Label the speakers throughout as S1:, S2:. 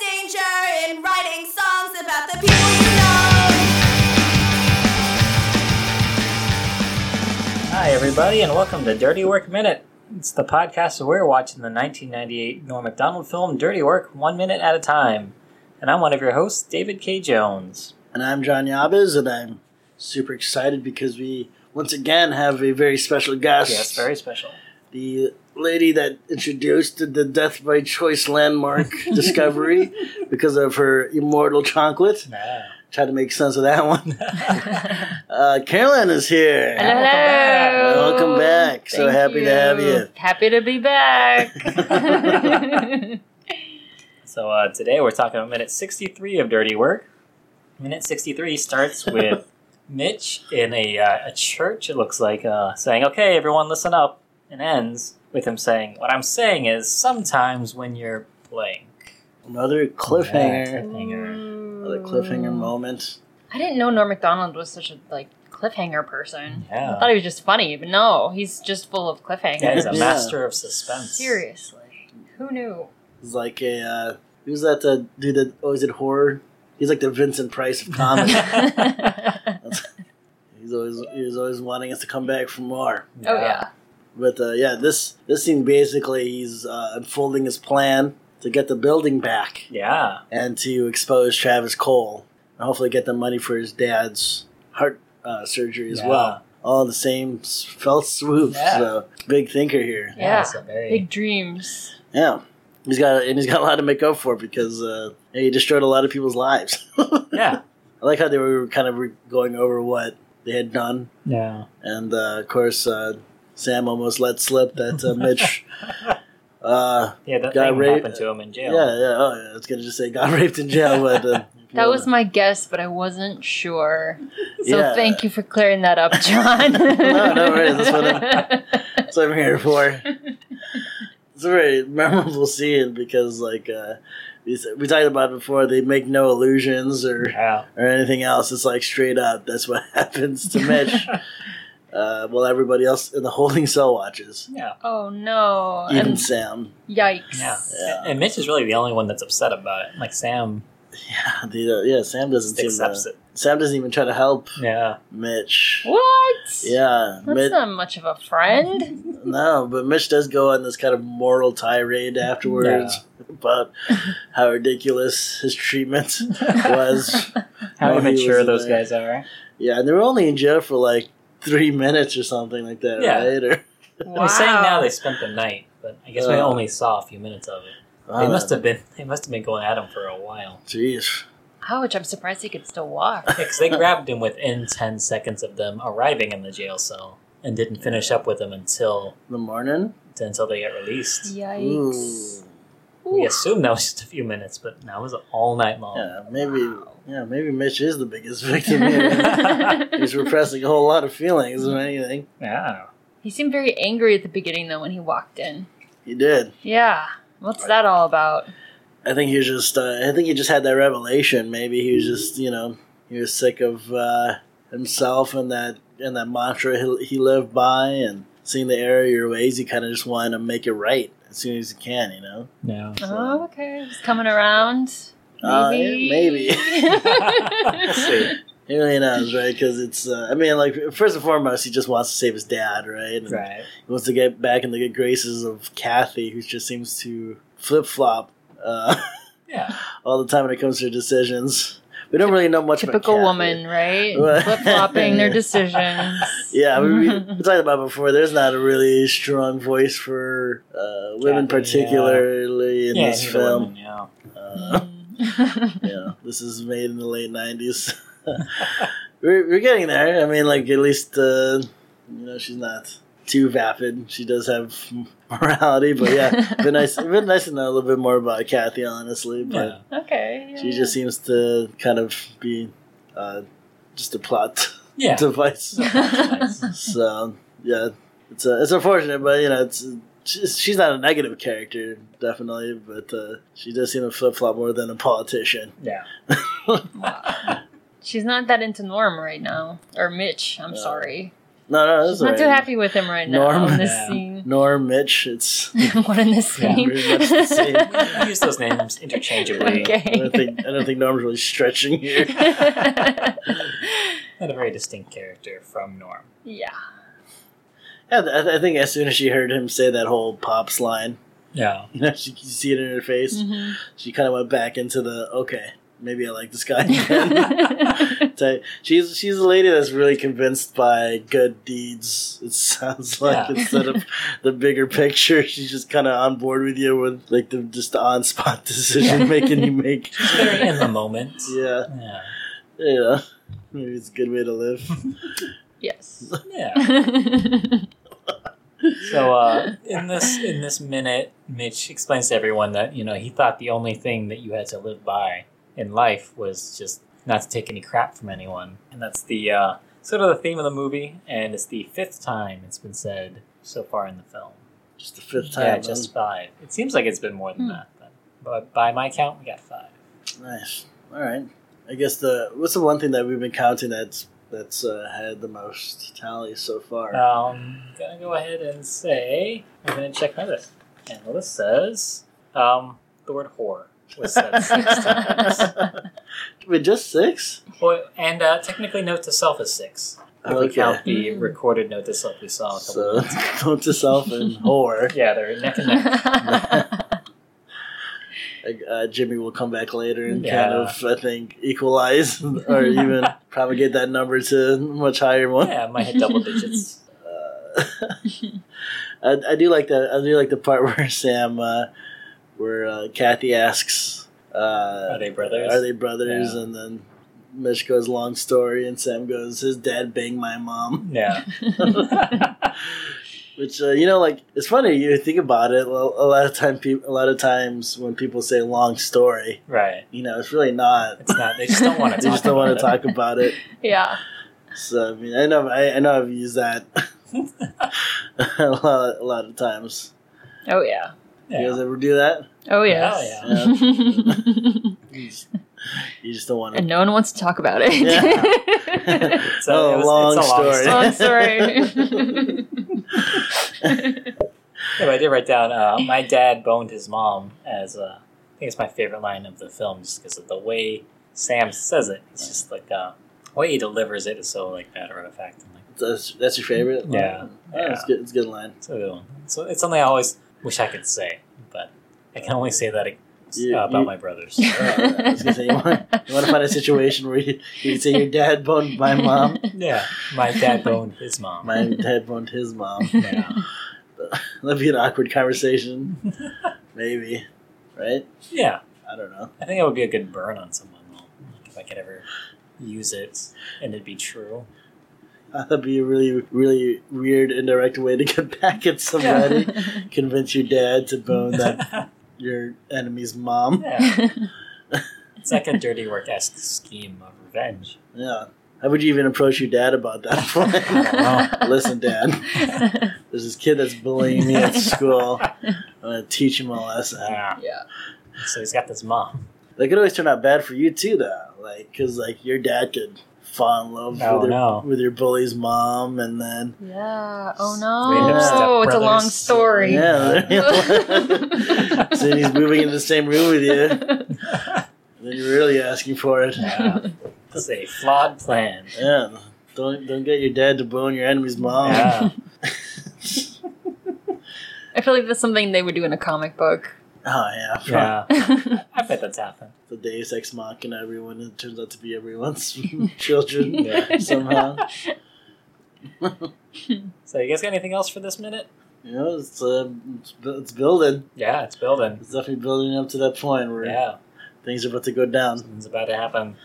S1: danger in writing songs about the people you know.
S2: Hi, everybody, and welcome to Dirty Work Minute. It's the podcast where we're watching the 1998 Norm MacDonald film Dirty Work one minute at a time. And I'm one of your hosts, David K. Jones.
S3: And I'm John Yabes, and I'm super excited because we once again have a very special guest.
S2: Yes, very special.
S3: The lady that introduced the Death by Choice landmark discovery because of her immortal chocolate. Try to make sense of that one. Uh, Carolyn is here.
S4: Hello.
S3: Welcome back. So
S4: Thank
S3: happy to have you.
S4: Happy to be back.
S2: So uh, today we're talking about minute 63 of Dirty Work. Minute 63 starts with Mitch in a, uh, a church, it looks like, uh, saying, Okay, everyone, listen up, and ends with him saying, What I'm saying is sometimes when you're playing.
S3: Another cliffhanger.
S2: Cliffhanger.
S3: Another cliffhanger moment.
S4: I didn't know Norm Macdonald was such a like cliffhanger person.
S2: Yeah.
S4: I thought he was just funny, but no, he's just full of cliffhangers.
S2: Yeah, he's a
S3: Yeah.
S2: master of suspense.
S4: Seriously, who knew?
S3: He's like a uh, who's that uh, dude that always did horror? He's like the Vincent Price of
S4: Oh,
S3: comedy. He's always he's always wanting us to come back for more.
S4: Oh yeah.
S3: But uh, yeah, this this scene basically he's uh, unfolding his plan to get the building back
S2: Yeah.
S3: and to expose Travis Cole and hopefully get the money for his dad's heart uh, surgery as
S2: Yeah.
S3: well. All in the same s- fell swoop.
S2: Yeah.
S3: So big thinker here.
S4: Yeah.
S2: it's a very-
S4: Big dreams.
S3: Yeah. He's got and he's got a lot to make up for because uh, he destroyed a lot of people's lives.
S2: yeah.
S3: I like how they were kind of re- going over what they had done
S2: Yeah.
S3: And uh, of course, uh, Sam almost let slip that uh, Mitch. Uh,
S2: Yeah, that
S3: Got
S2: thing
S3: raped-
S2: happened to him in
S3: yeah,
S2: jail.
S3: yeah, oh, yeah. I was gonna just say got raped in jail, but uh,
S4: That was my guess, but I wasn't sure. So
S3: Yeah.
S4: thank you for clearing that up, John.
S3: No, no worries. That's what that's what I'm here for. It's a very memorable scene because, like, uh, we s- we talked about it before. They make no illusions or
S2: Yeah.
S3: or anything else. It's like straight up. That's what happens to Mitch. Uh, while everybody else in the holding cell watches,
S2: Yeah.
S4: oh no.
S3: even
S4: And
S3: Sam.
S4: yikes.
S2: Yeah.
S3: Yeah.
S2: And Mitch is really the only one that's upset about it. Like Sam
S3: Yeah, the, uh, yeah. Sam doesn't seem
S2: accepts
S3: to,
S2: it.
S3: Sam doesn't even try to help
S2: Yeah.
S3: Mitch.
S4: What?
S3: Yeah,
S4: That's
S3: Mitch,
S4: not much of a friend.
S3: no, but Mitch does go on this kind of moral tirade afterwards about how ridiculous his treatment was.
S2: How
S3: No, he
S2: immature
S3: wasn't
S2: those
S3: there.
S2: guys are.
S3: Yeah, and they were only in jail for like three minutes or something like that,
S2: Yeah.
S3: right? Or,
S4: Wow.
S2: I'm saying now they spent the night, but I guess we
S3: Uh,
S2: only saw a few minutes of it. They must have been they must have been going at him for a while.
S3: Jeez.
S4: Ouch, Oh, I'm surprised he could still walk.
S2: Because they grabbed him within ten seconds of them arriving in the jail cell and didn't finish up with him until
S3: In the morning?
S2: until they got released.
S4: Yikes.
S3: Ooh.
S2: We
S4: Ooh.
S2: assumed that was just a few minutes, but that was all night long.
S3: Yeah, maybe.
S4: Wow.
S3: Yeah, maybe Mitch is the biggest victim here. He's repressing a whole lot of feelings or anything.
S2: Yeah.
S4: he seemed very angry at the beginning though when he walked in.
S3: He did.
S4: Yeah. What's that all about?
S3: I think he was just. Uh, I think he just had that revelation. Maybe he was just. You know, he was sick of uh, himself and that and that mantra he, he lived by, and seeing the error of your ways. He kind of just wanted to make it right as soon as he can. You know.
S2: No.
S4: Oh, okay. He's coming around.
S3: Uh,
S4: Maybe.
S3: yeah, maybe. He really knows, right? Because it's. Uh, I mean, like first and foremost, he just wants to save his dad, right? And
S2: Right.
S3: He wants to get back in the good graces of Kathy, who just seems to flip flop uh,
S2: Yeah.
S3: all the time when it comes to her decisions. We don't really know much about
S4: Typical
S3: Kathy.
S4: woman, right?
S3: What?
S4: Flip flopping their decisions.
S3: Yeah, we, we, we talked about it before. There's not a really strong voice for uh, women,
S2: Kathy, yeah.
S3: particularly in
S2: yeah,
S3: this
S2: he's a
S3: film.
S2: woman, yeah.
S3: Uh,
S4: Mm.
S3: yeah, this is made in the late '90s. we're, we're getting there. I mean, like at least uh, you know she's not too vapid. She does have morality, but yeah, it'd been nice. it'd Been nice to know a little bit more about Kathy, honestly.
S2: Yeah.
S3: But
S4: okay. yeah,
S3: she just seems to kind of be uh, just a plot
S2: Yeah.
S3: device.
S2: Nice.
S3: so yeah, it's uh, it's unfortunate, but you know, it's she's, she's not a negative character, definitely, but uh, she does seem to flip flop more than a politician.
S2: Yeah.
S4: She's not that into Norm right now. Or Mitch, I'm
S3: Yeah.
S4: sorry.
S3: No, no, that's
S4: She's not
S3: all
S4: too
S3: right.
S4: happy with him right now
S3: Norm.
S4: in this
S2: Yeah.
S4: scene.
S3: Norm, Mitch, it's.
S4: what in this
S2: Yeah,
S4: scene?
S3: pretty much the same.
S2: We use those names interchangeably
S3: I don't
S4: okay.
S3: think I don't think Norm's really stretching here.
S2: and a very distinct character from Norm.
S4: yeah.
S3: Yeah, th- I, th- I think as soon as she heard him say that whole pops line,
S2: Yeah.
S3: you know, she you see it in her face.
S4: Mhm.
S3: She kind of went back into the okay, maybe I like this guy. again."
S4: Mm-hmm.
S3: type. She's she's a lady that's really convinced by good deeds. It sounds like
S2: Yeah.
S3: instead of the bigger picture, she's just kind of on board with you with like the just the on spot decision making you make.
S2: She's very in the moment.
S3: Yeah,
S2: Yeah.
S3: yeah. Maybe it's a good way to live.
S4: yes.
S2: Yeah. So uh, in this in this minute, Mitch explains to everyone that you know he thought the only thing that you had to live by in life was just not to take any crap from anyone, and that's the uh, sort of the theme of the movie. And it's the fifth time it's been said so far in the film.
S3: Just the fifth time.
S2: Yeah,
S3: man.
S2: just five. It seems like it's been more than
S4: Hmm.
S2: that, but, but by my count, we got five.
S3: Oh, nice. All right. I guess the what's the one thing that we've been counting that's that's uh, had the most tallies so far?
S2: Um, gonna go ahead and say I'm gonna check my list. And the list says um, the word whore was said six times.
S3: Wait, just six?
S2: Well, and uh, technically, note to self is six. If we count the recorded note to self we saw. A couple
S3: So
S2: minutes ago.
S3: don't to self and whore.
S2: yeah, they're neck and neck.
S3: Uh, Jimmy will come back later and kind
S2: Yeah.
S3: of, I think, equalize or even propagate that number to a much higher one.
S2: Yeah, I might hit double digits.
S3: Uh, I, I do like that. I do like the part where Sam, uh, where uh, Kathy asks, uh,
S2: Are they brothers?
S3: Are they brothers?
S2: Yeah.
S3: And then Mitch goes, long story, and Sam goes, his dad banged my mom.
S2: Yeah.
S3: Which uh, you know, like it's funny. You think about it. A a lot of time, peop a lot of times when people say long story,
S2: right.
S3: you know, it's really not.
S2: It's not. They just don't want to.
S3: They just don't want to talk about it.
S4: yeah.
S3: So I mean, I know, I, I know, I've used that a lot, a lot of times.
S4: Oh yeah.
S3: You
S2: Yeah.
S3: guys ever do that?
S4: Oh
S2: yes.
S4: yes.
S3: Hell You just, you just don't want to.
S4: and no one wants to talk about it.
S3: Yeah. Uh,
S2: So
S3: Oh,
S2: it was-
S3: long
S2: it's a long
S3: story.
S2: story.
S4: Long story.
S2: Yeah, but I did write down. Uh, my dad boned his mom as uh, I think it's my favorite line of the film, just because of the way Sam says it. It's just like uh, the way he delivers it is so like matter of fact. and, like,
S3: That's, that's your favorite.
S2: Yeah.
S3: Oh, it's good. It's a good line.
S2: It's a good one. So it's something I always wish I could say, but I can only say that uh,
S3: Yeah,
S2: about
S3: you-
S2: my brothers.
S3: Uh, I was gonna say, you want, you want to find a situation where you, you can say your dad boned my mom,
S2: yeah, my dad boned his mom.
S3: my dad boned his mom.
S2: yeah.
S3: That'd be an awkward conversation. Maybe. Right?
S2: yeah,
S3: I don't know.
S2: I think it would be a good burn on someone though, like if I could ever use it and it'd be true.
S3: That'd be a really, really weird, indirect way to get back at somebody. Convince your dad to bone that your enemy's mom.
S2: yeah. It's like a dirty work esque scheme of revenge.
S3: Yeah. How would you even approach your dad about that? Listen, Dad, there's this kid that's bullying me at school. I'm gonna teach him a lesson.
S2: Ah,
S4: yeah.
S2: so he's got this mom.
S3: That could always turn out bad for you too, though. Like, cause like your dad could fall in love
S2: Oh,
S3: with, your,
S2: no.
S3: with your bully's mom, and then
S4: Yeah. Oh
S2: Random
S4: no. It's a long
S2: stepbrothers.
S4: story.
S3: Yeah. so he's moving in the same room with you, and then you're really asking for it.
S2: Yeah. It's a flawed plan.
S3: Yeah. Don't don't get your dad to bone your enemy's mom.
S2: Yeah.
S4: I feel like that's something they would do in a comic book.
S3: Oh yeah.
S2: yeah. I bet that's happened.
S3: The Deus Ex Machina, everyone it turns out to be everyone's children
S2: Yeah.
S3: somehow.
S2: So you guys got anything else for this minute?
S3: You know, it's uh, it's, bu- it's building.
S2: Yeah, it's building.
S3: It's definitely building up to that point where
S2: Yeah,
S3: things are about to go down.
S2: something's about to happen.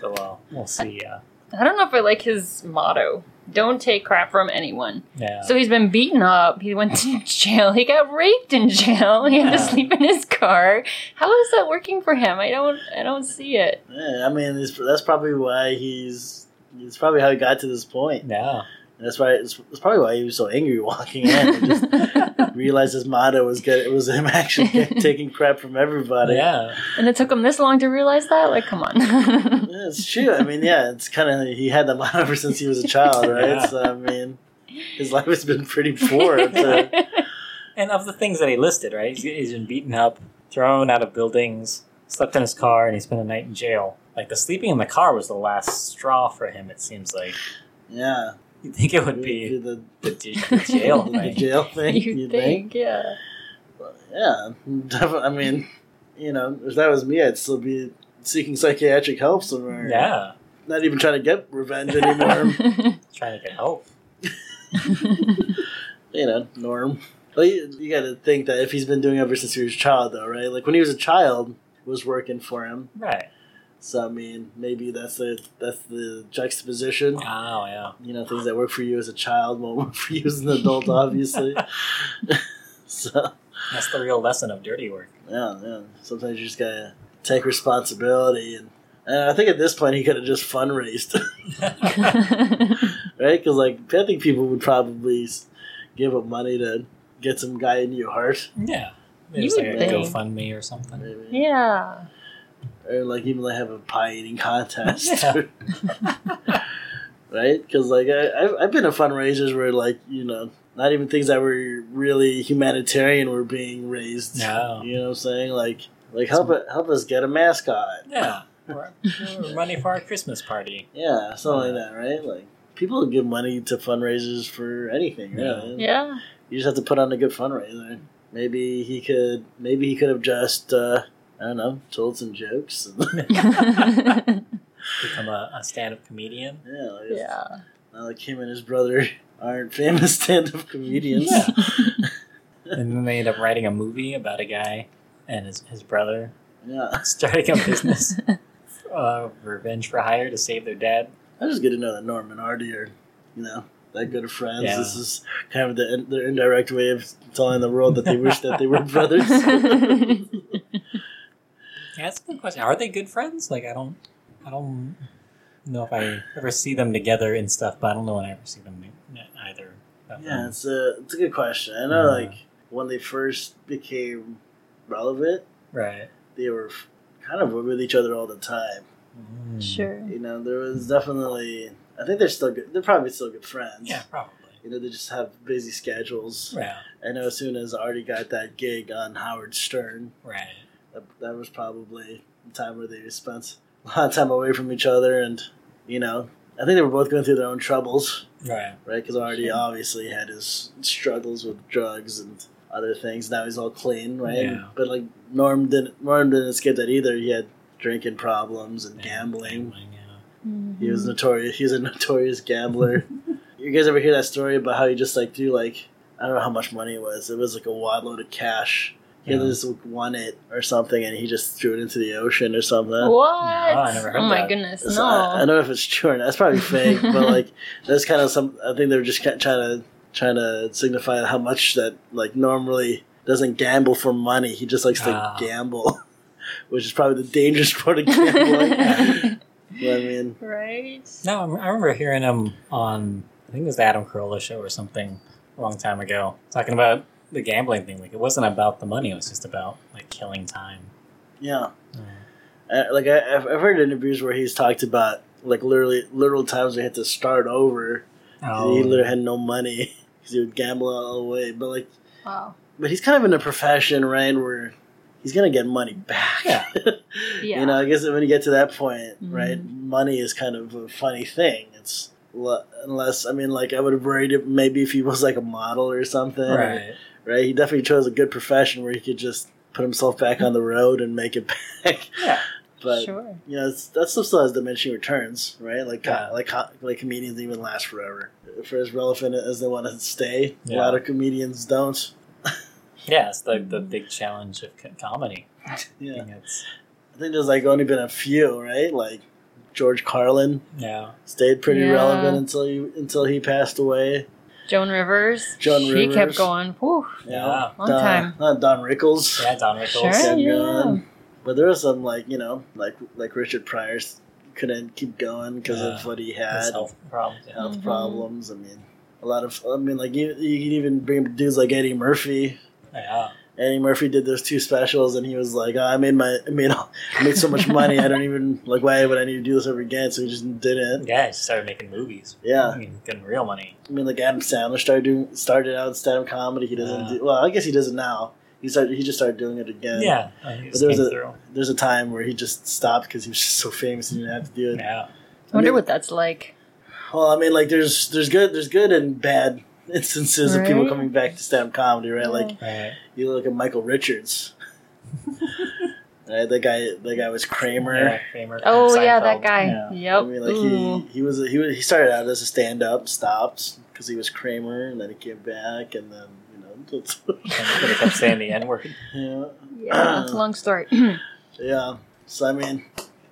S2: So uh, we'll see. Uh,
S4: I don't know if I like his motto. Don't take crap from anyone.
S2: yeah.
S4: So he's been beaten up. He went to jail. He got raped in jail. He had to
S2: Yeah.
S4: sleep in his car. How is that working for him? I don't. I don't see it.
S3: Yeah, I mean, it's, that's probably why he's. It's probably how he got to this point.
S2: yeah.
S3: That's why it's, it's probably why he was so angry walking in. He just realized his motto was good. It was him actually taking crap from everybody.
S2: yeah.
S4: and it took him this long to realize that? Like, come on.
S3: Yeah, it's true. I mean, yeah, it's kind of he had that motto ever since he was a child, right?
S2: Yeah.
S3: So I mean, his life has been pretty poor. So,
S2: And of the things that he listed, right? He's, he's been beaten up, thrown out of buildings, slept in his car, and he spent a night in jail. Like the sleeping in the car was the last straw for him. It seems like
S3: yeah,
S2: you think it would be
S3: Do the,
S2: the, j- the jail
S3: the
S2: thing.
S3: jail thing.
S4: you, think, yeah.
S3: Yeah, definitely. I mean, you know, if that was me, I'd still be seeking psychiatric help somewhere.
S2: Yeah,
S3: not even trying to get revenge anymore.
S2: trying to get help.
S3: you know, norm. But you, you got to think that if he's been doing it ever since he was a child, though, right? Like when he was a child, it was working for him.
S2: Right.
S3: So I mean, maybe that's the that's the juxtaposition.
S2: Wow. Yeah.
S3: You know, things that work for you as a child won't work for you as an adult, obviously. so
S2: That's the real lesson of dirty work.
S3: yeah, yeah. Sometimes you just gotta take responsibility, and, and I think at this point he could have just fund raised, right? Because like I think people would probably s- give up money to get some guy in your heart,
S2: yeah.
S4: You
S2: There's like
S4: would
S2: a
S4: think.
S2: GoFundMe or something.
S3: maybe.
S4: yeah.
S3: or like even like have a pie eating contest,
S2: Yeah.
S3: right? Because like I, I've I've been to fundraisers where like you know not even things that were really humanitarian were being raised.
S2: No.
S3: You know what I'm saying? Like like help it help us get a mascot.
S2: Yeah. Or- or Money for our Christmas party.
S3: Yeah, something like that, right? Like people give money to fundraisers for anything, really.
S4: Yeah.
S3: You just have to put on a good fundraiser. Maybe he could maybe he could have just uh, I don't know, told some jokes and
S2: Become a, a stand-up comedian.
S3: yeah, like,
S4: yeah.
S3: Not like him and his brother aren't famous stand-up comedians.
S2: Yeah. and then they end up writing a movie about a guy and his, his brother
S3: Yeah.
S2: starting a business, uh, revenge for hire to save their dad.
S3: I just get to know that Norm and Artie are, you know, that good of friends.
S2: Yeah.
S3: This is kind of the, their indirect way of telling the world that they wish that they were brothers.
S2: Yeah, that's a good question. Are they good friends? Like, I don't, I don't know if I ever see them together and stuff, but I don't know when I ever see them e- either. of them.
S3: yeah, it's a, it's a good question. I know,
S2: Yeah.
S3: like, when they first became relevant,
S2: Right.
S3: they were f- kind of with each other all the time.
S2: Mm.
S4: sure.
S3: You know, there was definitely, I think they're still good. They're probably still good friends.
S2: Yeah, probably.
S3: You know, they just have busy schedules.
S2: Yeah,
S3: I know as soon as Artie got that gig on Howard Stern,
S2: right.
S3: that, that was probably the time where they spent a lot of time away from each other. And, you know, I think they were both going through their own troubles,
S2: Right.
S3: right? Because Artie obviously had his struggles with drugs and other things. Now he's all clean, right?
S2: Yeah.
S3: But, like, Norm didn't, Norm didn't escape that either. He had drinking problems and gambling.
S2: yeah.
S3: He
S2: Hmm.
S3: was notorious. He was a notorious gambler. you guys ever hear that story about how he just like threw like I don't know how much money it was. It was like a wad load of cash. He
S2: Yeah.
S3: had just won it or something, and he just threw it into the ocean or something.
S4: Mm-hmm. What?
S2: I never heard
S4: oh my
S2: that.
S4: goodness,
S3: So
S4: no.
S3: I, I don't know if it's true or not. That's probably fake, but like that's kind of some. I think they were just ki- trying to trying to signify how much that like normally doesn't gamble for money. He just likes to
S2: Ah.
S3: gamble, which is probably the dangerous part of gambling. But, I mean,
S4: right?
S2: No, I'm- I remember hearing him on I think it was the Adam Carolla show or something a long time ago talking about the gambling thing. Like it wasn't about the money; it was just about like killing time.
S3: yeah.
S2: Yeah.
S3: Uh, like I, I've I've heard interviews where he's talked about like literally literal times we had to start over. 'cause Uh,
S2: Oh.
S3: He literally had no money because he would gamble all the way. But like,
S4: Wow.
S3: but he's kind of in a profession, right, where he's gonna get money back.
S2: Yeah.
S4: Yeah.
S3: You know, I guess when you get to that point,
S4: Mhm.
S3: right, money is kind of a funny thing. It's le- unless I mean, like I would have worried if maybe if he was like a model or something, or-
S2: Um, right.
S3: right? He definitely chose a good profession where he could just put himself back on the road and make it back.
S2: Yeah.
S3: But
S4: sure.
S3: you know, it's, that stuff still has diminishing returns, right? Like, co-
S2: Yeah.
S3: like, co- like comedians don't even last forever. For as relevant as they want to stay,
S2: Yeah.
S3: a lot of comedians don't.
S2: Yeah, it's the, the big challenge of co- comedy. I
S3: Yeah,
S2: think it's-
S3: I think there's like only been a few, right? Like George Carlin
S2: yeah.
S3: stayed pretty
S4: Yeah.
S3: relevant until he until he passed away.
S4: Joan Rivers.
S3: Joan
S4: she
S3: Rivers.
S4: kept going. Whew.
S3: You
S2: Yeah.
S3: know,
S4: Long
S3: Don,
S4: time.
S3: Not Don Rickles.
S2: Yeah, Don
S4: Sure.
S2: Rickles.
S3: Kept
S4: Yeah.
S3: going. But there was some like you know, like like Richard Pryor couldn't keep going because of
S2: Yeah.
S3: what he
S2: His
S3: had
S2: health problems. Yeah.
S3: health
S4: Mhm.
S3: problems. I mean, a lot of I mean, like you, you can even bring dudes like Eddie Murphy.
S2: Yeah.
S3: Eddie Murphy did those two specials, and he was like, oh, "I made my, I made, all- I made so much money. I don't even like why would I need to do this ever again?" So he just didn't.
S2: Yeah, he started making movies.
S3: Yeah,
S2: I mean, getting real money.
S3: I mean, like Adam Sandler started doing started out in stand up comedy. He doesn't
S2: Yeah.
S3: do well. I guess he doesn't now. He started. He just started doing it again.
S2: Yeah. I mean, he just
S3: there was
S2: came
S3: a-
S2: through.
S3: There's a time where he just stopped because he was just so famous he didn't have to do it.
S2: Yeah.
S4: I wonder
S3: mean-
S4: what that's like.
S3: Well, I mean, like there's there's good there's good and bad instances of people
S4: Right.
S3: coming back to stand up comedy, right? Like
S2: Right.
S3: you look at Michael Richards. right, that guy that guy was Kramer.
S2: Yeah, Kramer from
S4: Oh yeah, that
S2: Seinfeld.
S4: guy.
S3: Yeah.
S4: Yep.
S3: I mean, like
S4: Ooh.
S3: he, he was he was, he started out as a stand up, stopped because he was Kramer, and then he came back, and then you know, that's,
S2: And he kept saying the N word.
S3: yeah,
S4: Yeah. Long story.
S3: yeah. So I mean,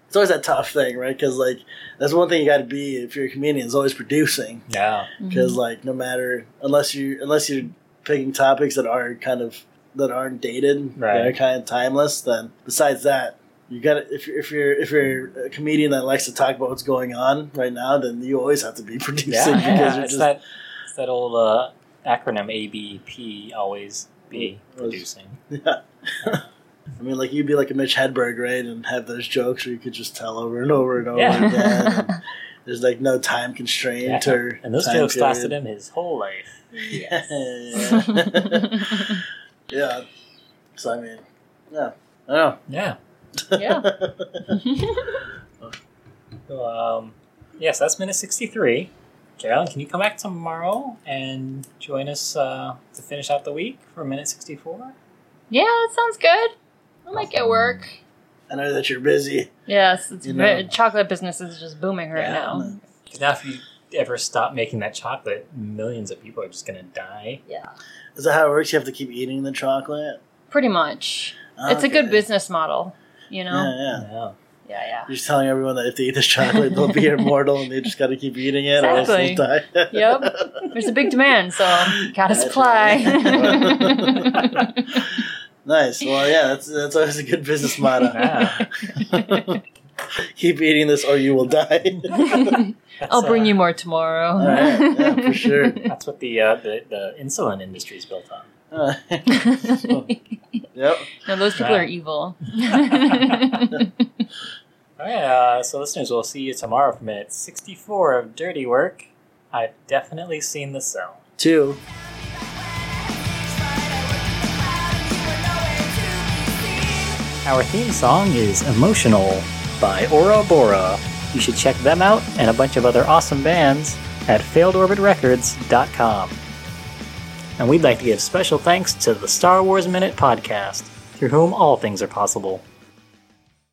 S3: it's always that tough thing, right? Because like that's one thing you got to be if you're a comedian is always producing.
S2: Yeah.
S3: because like no matter unless you unless you're picking topics that are kind of that aren't dated that are
S2: Right.
S3: kind of timeless then besides that you gotta if you're if you're if you're a comedian that likes to talk about what's going on right now then you always have to be producing
S2: Yeah.
S3: because
S2: yeah.
S3: you're
S2: It's,
S3: just
S2: that, it's that old uh, acronym ABP, always be producing.
S3: i mean like you'd be like a mitch hedberg right and have those jokes where you could just tell over and over and over
S2: Yeah.
S3: again and there's like no time constraint
S2: Yeah.
S3: or
S2: And those
S3: time
S2: jokes
S3: period.
S2: lasted him his whole life.
S3: yeah. yeah so i mean yeah i don't know
S2: Yeah.
S4: yeah.
S2: So, um, yes, that's minute 63. Carolyn, can you come back tomorrow and join us uh, to finish out the week for minute 64?
S4: Yeah, that sounds good. I like it work.
S3: I know that you're busy.
S4: Yes, it's
S3: You
S4: ve-
S3: know.
S4: chocolate business is just booming right
S2: Yeah.
S4: now.
S3: No.
S2: Because now, if you ever stop making that chocolate, millions of people are just going to die.
S4: Yeah.
S3: Is that how it works? You have to keep eating the chocolate.
S4: Pretty much. It's
S3: Ah,
S4: a
S3: Okay.
S4: good business model, you
S3: Yeah,
S4: know?
S3: yeah.
S2: Yeah.
S4: Yeah,
S3: You're just telling everyone that if they eat this chocolate, they'll be immortal, and they just got to keep eating it,
S4: Exactly.
S3: or else they'll die.
S4: yeah. yep. There's a big demand, so gotta
S3: That's
S4: supply.
S3: nice. Well, yeah, that's that's always a good business motto.
S2: Yeah.
S3: keep eating this, or you will die.
S2: That's,
S4: I'll bring
S2: uh,
S4: you more tomorrow.
S3: All right, yeah, for sure.
S2: That's what the, uh, the the insulin industry is built on.
S3: Uh, yep.
S4: no, those people
S2: Yeah.
S4: are evil.
S2: All right, uh, so listeners, we'll see you tomorrow for minute 64 of Dirty Work. I've definitely seen the cell.
S3: Two.
S2: Our theme song is Emotional by Ora Bora. You should check them out and a bunch of other awesome bands at failedorbitrecords.com. And we'd like to give special thanks to the Star Wars Minute Podcast, through whom all things are possible.